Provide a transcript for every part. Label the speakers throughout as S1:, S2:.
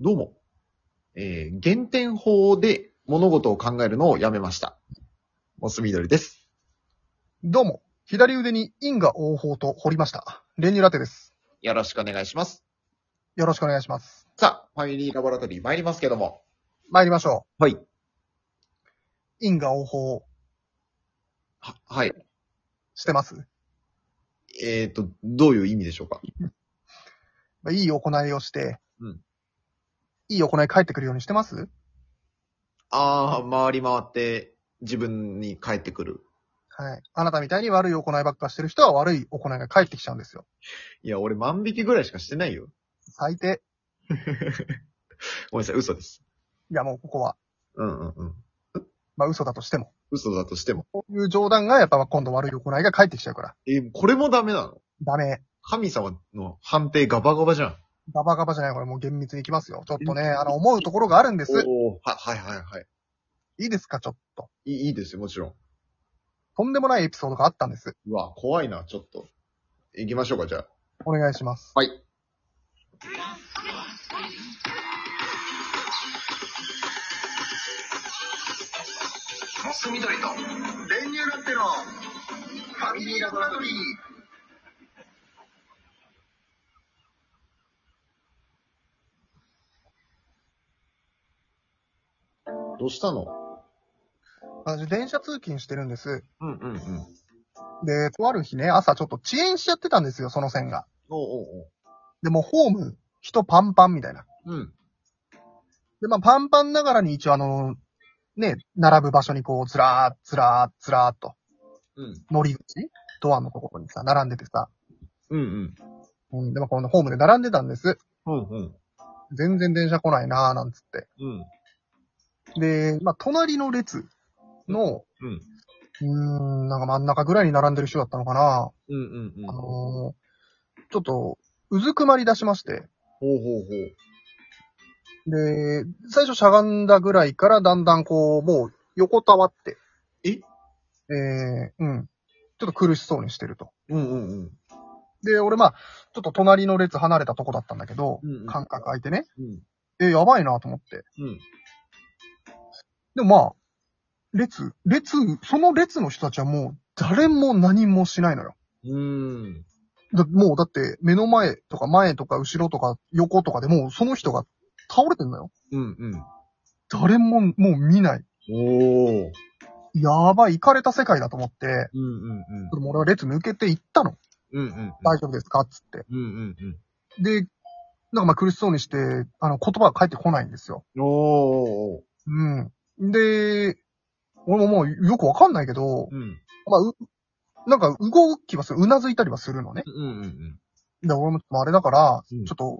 S1: どうも。えー、減点法で物事を考えるのをやめました。モス緑です。
S2: どうも、左腕に因果応報と掘りました。練乳ラテです。
S1: よろしくお願いします。
S2: よろしくお願いします。
S1: さあ、ファミリーラボラトリー参りますけども。
S2: 参りましょ
S1: はい。
S2: う。因果応報
S1: は、はい。
S2: してます。
S1: えっ、ー、と、どういう意味でしょうか
S2: まあいい行いをして、
S1: うん
S2: いい行い返ってくるようにしてます
S1: あー、回り回って自分に返ってくる。
S2: はい。あなたみたいに悪い行いばっかしてる人は悪い行いが返ってきちゃうんですよ。
S1: いや、俺万引きぐらいしかしてないよ。
S2: 最低。
S1: ごめんなさい、嘘です。
S2: いやもうここは、
S1: うんうんうん。
S2: まあ嘘だとしても。
S1: 嘘だとしても。
S2: こういう冗談がやっぱ今度悪い行いが返ってきちゃうから。
S1: えーこれもダメなの
S2: ダメ。
S1: 神様の判定ガバガバじゃん。
S2: ガバガバじゃない、これもう厳密にいきますよ。ちょっとね、あの、思うところがあるんです。
S1: おーは、はいはいはい。
S2: いいですか、ちょっと。
S1: いいいいですよ、もちろん。
S2: とんでもないエピソードがあったんです。
S1: うわ、怖いな、ちょっと。行きましょうか、じゃあ。
S2: お願いします。
S1: はい。
S2: モス緑と練乳ラテのファミリーラボラトリー。
S1: どうしたの
S2: 私、電車通勤してるんです。
S1: うんうんうん。
S2: で、とある日ね、朝ちょっと遅延しちゃってたんですよ、その線が。
S1: おうおう
S2: で、もうホーム、人パンパンみたいな。
S1: おう。うん。
S2: で、まあ、パンパンながらに一応あの、ね、並ぶ場所にこう、ずらー、ずらー、ずらーっと、
S1: うん。
S2: 乗り口ドアのところにさ、並んでてさ。
S1: うんうん。
S2: うん、でもこのホームで並んでたんです。
S1: うんうん。
S2: 全然電車来ないなーなんつって。
S1: うん。
S2: で、まあ、隣の列の、
S1: うん。
S2: うーん、なんか真ん中ぐらいに並んでる人だったのかな。
S1: うんうんうん。
S2: あのー
S1: ほう
S2: ちょっと、うずくまり出しまして。
S1: ほうほう。
S2: で、最初しゃがんだぐらいからだんだんこう、もう横たわって。
S1: え
S2: えー、うん。ちょっと苦しそうにしてると。
S1: うんうんうん。
S2: で、俺まあ、ちょっと隣の列離れたとこだったんだけど、
S1: うんうん
S2: 間隔空いてね。
S1: うん。
S2: え、やばいなと思って。
S1: うん。
S2: でもまあ、列、列、その列の人たちはもう誰も何もしないのよ。
S1: うーん。
S2: だもうだって目の前とか前とか後ろとか横とかでもうその人が倒れてんのよ。
S1: うんうん。
S2: 誰ももう見ない。
S1: おー。
S2: やばい、行かれた世界だと思って、
S1: うんうんうん
S2: ちょ。っともう俺は列抜けて行ったの。
S1: うんうん。
S2: 大丈夫ですかっつって。
S1: うんうん
S2: で、なんかまあ苦しそうにして、あの言葉が返ってこないんですよ。
S1: うん。おー。
S2: うん。で、俺ももうよくわかんないけど、
S1: うん。
S2: まあ、う、なんか動きはする、うなずいたりはするのね。
S1: うんうんうん。
S2: で、俺もちょっとあれだから、
S1: うん
S2: ちょっと、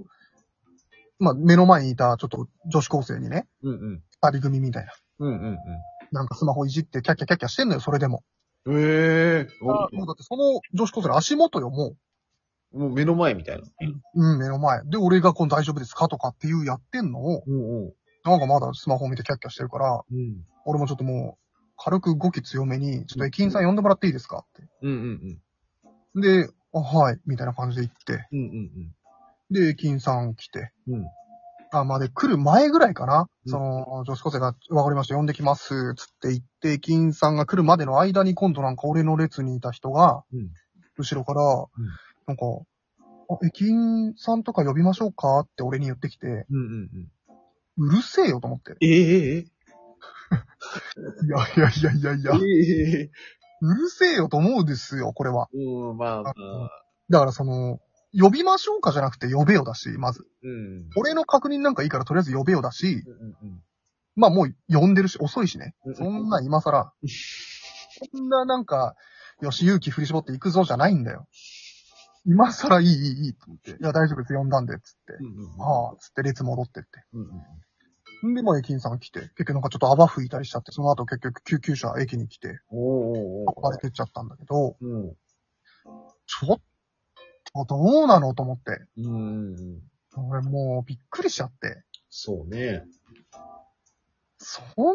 S2: まあ目の前にいたちょっと女子高生にね、
S1: うんうん。
S2: 二人組みたいな。
S1: うんうん
S2: なんかスマホいじってキャッキャキャッキャしてんのよ、それでも。
S1: うん。ええー。
S2: もうだってその女子高生の足元よ、も
S1: もう目の前みたいな。
S2: う。うん、目の前。で、俺がこの大丈夫ですかとかっていうやってんのを、
S1: うんうん。
S2: なんかまだスマホ見てキャッキャしてるから、
S1: うん。
S2: 俺もちょっともう、軽く動き強めに、ちょっと駅員さん呼んでもらっていいですかって。
S1: うんうん
S2: で、あはい、みたいな感じで行って。
S1: うん。うんうん
S2: で、駅員さん来て。
S1: うん。うん。
S2: あ、まあ、で、来る前ぐらいかな。
S1: うん
S2: その、女子高生が、わかりました、呼んできます、つって言って、駅員さんが来るまでの間に、今度なんか俺の列にいた人が、
S1: うん
S2: 後ろから、なんか、あ、駅員さんとか呼びましょうかって俺に言ってきて、
S1: うんうんうん。
S2: うるせえよと思って。
S1: ええ
S2: いやいやいやいやいや、う
S1: ええ
S2: るせえよと思うですよ、これは。
S1: うん、まあまあ。
S2: だからその、呼びましょうかじゃなくて呼べよだし、まず。
S1: うん。
S2: 俺の確認なんかいいからとりあえず呼べよだし、
S1: うんうん
S2: まあもう呼んでるし、遅いしね。
S1: うん。
S2: そんな今更。そんななんか、よし、勇気振り絞っていくぞじゃないんだよ。今更いい、いい、いい、と思って。いや、大丈夫です、呼んだんで、つって。
S1: うんうん。
S2: ああ、つって列戻ってって。
S1: うんうん。
S2: んで、まあ駅員さんが来て、結局なんかちょっと泡吹いたりしちゃって、その後結局救急車駅に来て、
S1: おーおー
S2: 運ばれてっちゃったんだけど、
S1: うん。
S2: ちょっとどうなのと思って。
S1: うんうん。
S2: 俺もうびっくりしちゃって。
S1: そうね。
S2: そんな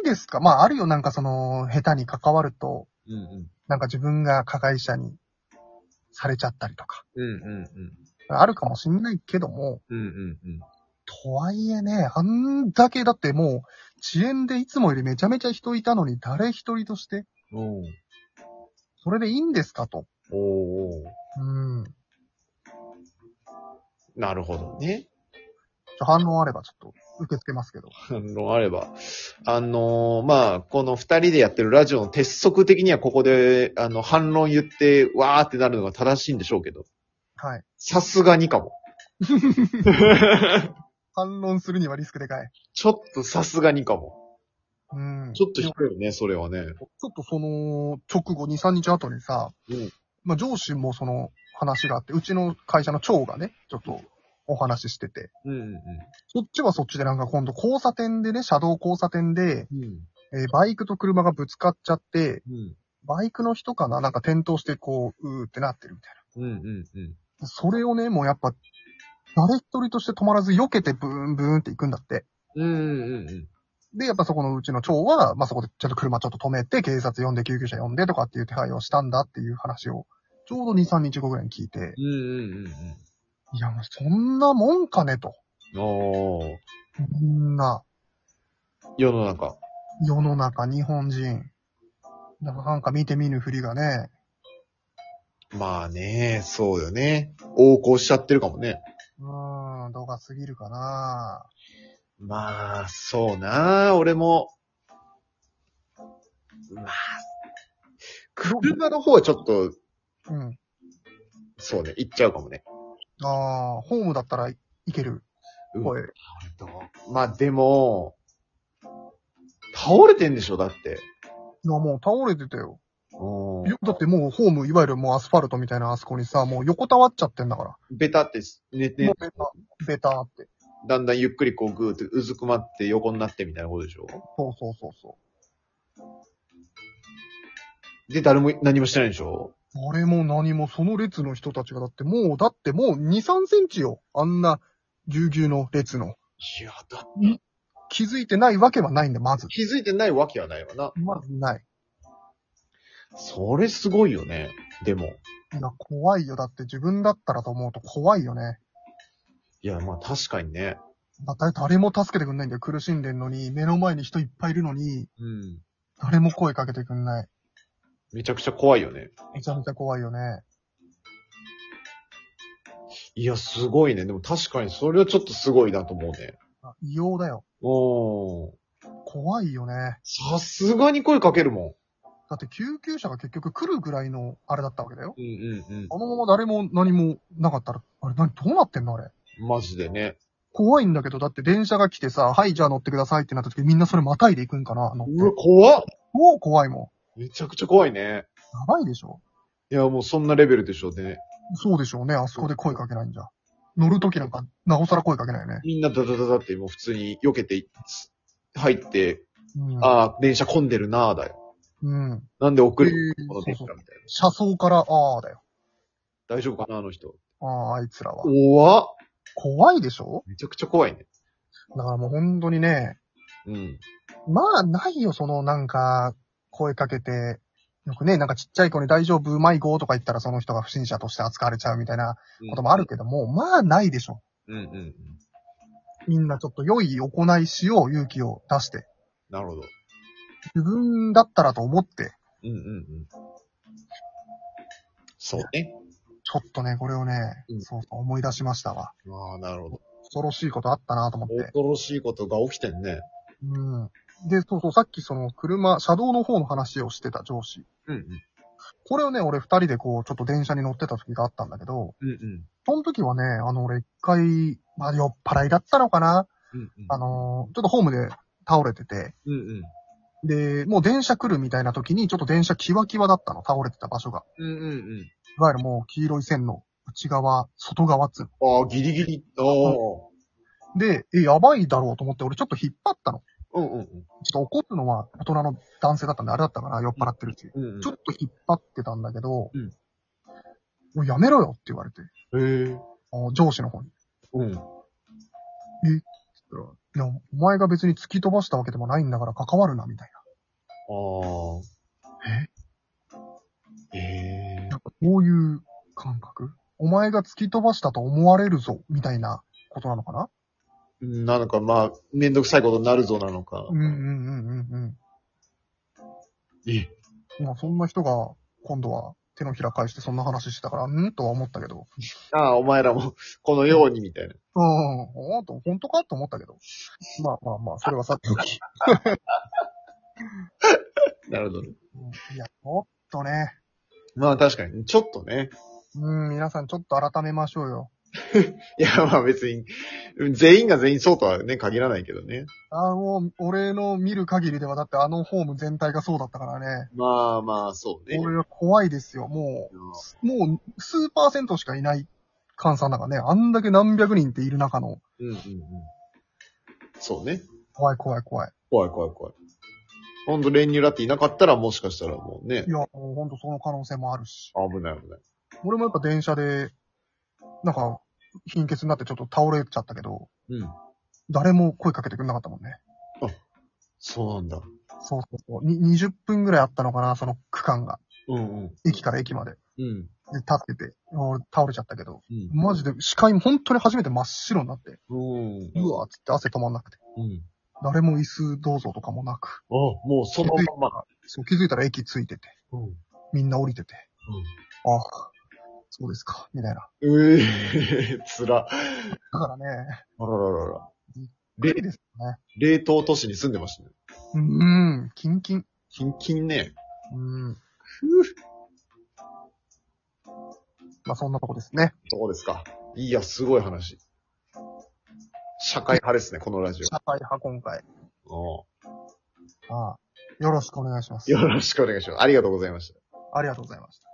S2: にですかまああるよ、なんかその、下手に関わると、
S1: うんうん。
S2: なんか自分が加害者にされちゃったりとか。
S1: うんうんうん。
S2: あるかもしんないけども、
S1: うんうんうん。
S2: ととはいえね、あんだけだってもう、遅延でいつもよりめちゃめちゃ人いたのに、誰一人として、
S1: うん。
S2: それでいいんですかと。
S1: おー。
S2: うん。ちょ
S1: なるほどね。
S2: 反応あればちょっと受け付けますけど。
S1: 反論あれば。あのーまあ、この二人でやってるラジオの鉄則的にはここで、あの、反論言って、わーってなるのが正しいんでしょうけど、
S2: はい。
S1: さすがにかも。
S2: 反論するにはリスクでかい。
S1: ちょっとさすがにかも。
S2: うん。
S1: ちょっと低いよね、それはね。
S2: ちょっとその、直後、2、3日後にさ、
S1: うん
S2: まあ上司もその話があって、うちの会社の長がね、ちょっとお話ししてて、
S1: うんうん
S2: そっちはそっちでなんか今度交差点でね、車道交差点で、
S1: うん。うん。
S2: えーバイクと車がぶつかっちゃって、
S1: うん。
S2: バイクの人かななんか転倒してこう、うーってなってるみたい
S1: うんうんうん。
S2: な。それをね、もうやっぱ、誰一人として止まらず避けてブーンブーンって行くんだって。
S1: うんうんうん。
S2: で、やっぱそこのうちの長は、まあ、そこでちょっと車ちょっと止めて、警察呼んで救急車呼んでとかっていう手配をしたんだっていう話を、ちょうど2、3日後ぐらいに聞いて、
S1: うんうん
S2: いやもうそんなもんかねと。
S1: うん。おー。
S2: みんな、
S1: 世の中。
S2: 世の中、日本人。なんか見て見ぬふりがね、
S1: まあね、そうよね。横行しちゃってるかもね。
S2: うーん、度が過ぎるかな
S1: まあ、そうな俺も。まあ、車の方はちょっと、
S2: うん。
S1: そうね、行っちゃうかもね。
S2: ああ、ホームだったらいける。
S1: うん
S2: 声。
S1: どうまあでも、倒れてんでしょ、だって。
S2: いや、もう倒れてたよ。
S1: う
S2: いやだってもうホーム、いわゆるもうアスファルトみたいなあそこにさ、もう横たわっちゃってんだから。
S1: ん。ベタって寝て
S2: もう、ベタ、ベターって。
S1: だんだんゆっくりこうグーってうずくまって横になってみたいなことでしょ
S2: そうそうそうそう。
S1: で、誰も何もしてないでしょ
S2: あれも何も、その列の人たちが、だってもう、だってもう2、3センチよ。あんな、ぎゅうぎゅうの列の。
S1: いや、だ
S2: 気づいてないわけはないんだ、まず。
S1: 気づいてないわけはないわな。
S2: まずない。
S1: それすごいよね。でも。
S2: いや、怖いよ。だって自分だったらと思うと怖いよね。
S1: いや、まあ確かにね。
S2: だって誰も助けてくんないんだよ。苦しんでんのに、目の前に人いっぱいいるのに、
S1: うん。
S2: 誰も声かけてくんない。
S1: めちゃくちゃ怖いよね。
S2: めちゃめちゃ怖いよね。
S1: いや、すごいね。でも確かにそれはちょっとすごいなと思うね。
S2: あ異様だよ。
S1: おー。
S2: 怖いよね。
S1: さすがに声かけるも
S2: だって救急車が結局来るぐらいの、あれだったわけだよ。
S1: ん。うんうん
S2: あのまま誰も何もなかったら、あれ何、どうなってんのあれ。
S1: うん。マジでね。
S2: 怖いんだけど、だって電車が来てさ、はい、じゃあ乗ってくださいってなった時、みんなそれまたいで行くんかな乗って
S1: うわ、怖っ
S2: もう怖いも
S1: めちゃくちゃ怖いね。
S2: ん。やばいでしょ
S1: いや、もうそんなレベルでしょうね。
S2: そうでしょうね。あそこで声かけないんじゃ。乗る時なんか、なおさら声かけないよね。
S1: みんなダダダダってもう普通に避けて、入って、
S2: うん。
S1: ああ、電車混んでるなあだよ。
S2: うん。
S1: なんで遅
S2: え
S1: れ
S2: ー
S1: この
S2: そう
S1: 電
S2: そ
S1: 車
S2: う
S1: みたいな。
S2: 車窓から、ああだよ。
S1: 大丈夫かなあの人。
S2: ああ、あいつらは。
S1: 怖っ
S2: 怖いでしょ
S1: めちゃくちゃ怖いね。
S2: だからもう本当にね、
S1: うん。
S2: まあないよ、そのなんか、声かけて、よくね、なんかちっちゃい子に大丈夫、迷子とか言ったらその人が不審者として扱われちゃうみたいなこともあるけども、まあないでしょ。
S1: うんうんうん。
S2: みんなちょっと良い行いしよう、勇気を出して。
S1: なるほど。
S2: 自分だったらと思って、
S1: うんうんうん。そうね。
S2: ちょっとね、これをね、
S1: うん
S2: そうそう思い出しましたわ。
S1: ああ、なるほど。
S2: 恐ろしいことあったなと思って。
S1: 恐ろしいことが起きてんね。
S2: うん。で、そうそう、さっきその車、車道の方の話をしてた上司。
S1: うん
S2: これをね、俺二人でこう、ちょっと電車に乗ってた時があったんだけど、
S1: うん。うんうん。
S2: その時はね、あの、俺一回、まあ酔っ払いだったのかな
S1: うんうん。
S2: あのーちょっとホームで倒れてて、
S1: うんうん。
S2: で、もう電車来るみたいな時に、ちょっと電車キワキワだったの、倒れてた場所が。
S1: うんうん
S2: いわゆるもう黄色い線の内側、外側っつうの。
S1: うん。ああ、ギリギリ。ああ。
S2: で、え、やばいだろうと思って、俺ちょっと引っ張ったの。
S1: うんうんうん。
S2: ちょっと怒るのは大人の男性だったんで、あれだったから酔っ払ってるし。
S1: うんうん
S2: ちょっと引っ張ってたんだけど、
S1: うん
S2: もうやめろよって言われて、
S1: へえ。
S2: あの上司の方に。
S1: うん。
S2: いや、お前が別に突き飛ばしたわけでもないんだから関わるな、みたい
S1: ああ。ええ
S2: な。なんかこういう感覚お前が突き飛ばしたと思われるぞ、みたいなことなのかな
S1: なのか、まあ、めんどくさいことになるぞなのか。
S2: うんうんうんうん
S1: え、
S2: うん。まあそんな人が今度は手のひら返してそんな話してたから、んとは思ったけど。
S1: ああ、お前らも、 このように、みたいな。
S2: うん、おーと、本当かと思ったけど。まあまあまあ、それはさておき。
S1: なるほどね。
S2: うんいや、もっとね、
S1: まあ確かに、ちょっとね。
S2: うん、皆さんちょっと改めましょうよ。
S1: いや、まあ別に、全員が全員そうとはね、限らないけどね。
S2: あの、俺の見る限りではだってあのホーム全体がそうだったからね。
S1: まあまあ、そうね。
S2: 俺は怖いですよ。も
S1: う
S2: う、もう数パーセントしかいない換算だからね。あんだけ何百人っている中の、
S1: んうんうん。そうね。
S2: 怖い怖い怖い。
S1: 怖い怖い怖い。ほんと練乳だっていなかったらもしかしたらもうね
S2: い、や、もうほんとその可能性もあるし。
S1: 危ない危ない。
S2: 俺もやっぱ電車で、なんか、貧血になってちょっと倒れちゃったけど、
S1: うん。
S2: 誰も声かけてくれなかったもんね。
S1: そうなんだ。
S2: そうそうそう。に20分ぐらいあったのかな、その区間が。
S1: うんうん。
S2: 駅から駅まで。
S1: うん。
S2: で、立ってて、俺倒れちゃったけど、
S1: うん。
S2: マジで視界も本当に初めて真っ白になって、
S1: うん。
S2: うわーっつって汗止まんなくて、
S1: うん。
S2: 誰も椅子どうぞとかもなく、
S1: あ、もうそのまま。
S2: そう気づいたら駅着いてて、
S1: うん。
S2: みんな降りてて、ああ、そうですか、みたいな。
S1: うん。うえー、つら。
S2: だからね、
S1: あらららら。
S2: い
S1: で
S2: いですね。
S1: 冷凍都市に住んでましたね。
S2: うん、うんキンキン。
S1: キンキンね。
S2: うん。 まあそんなとこですね。
S1: そうですか。いや、すごい話。社会派ですね、このラジ
S2: 社会派今回。
S1: オ。
S2: ああよろしくお願いします。
S1: よろしくお願いします。ありがとうございました。
S2: ありがとうございました。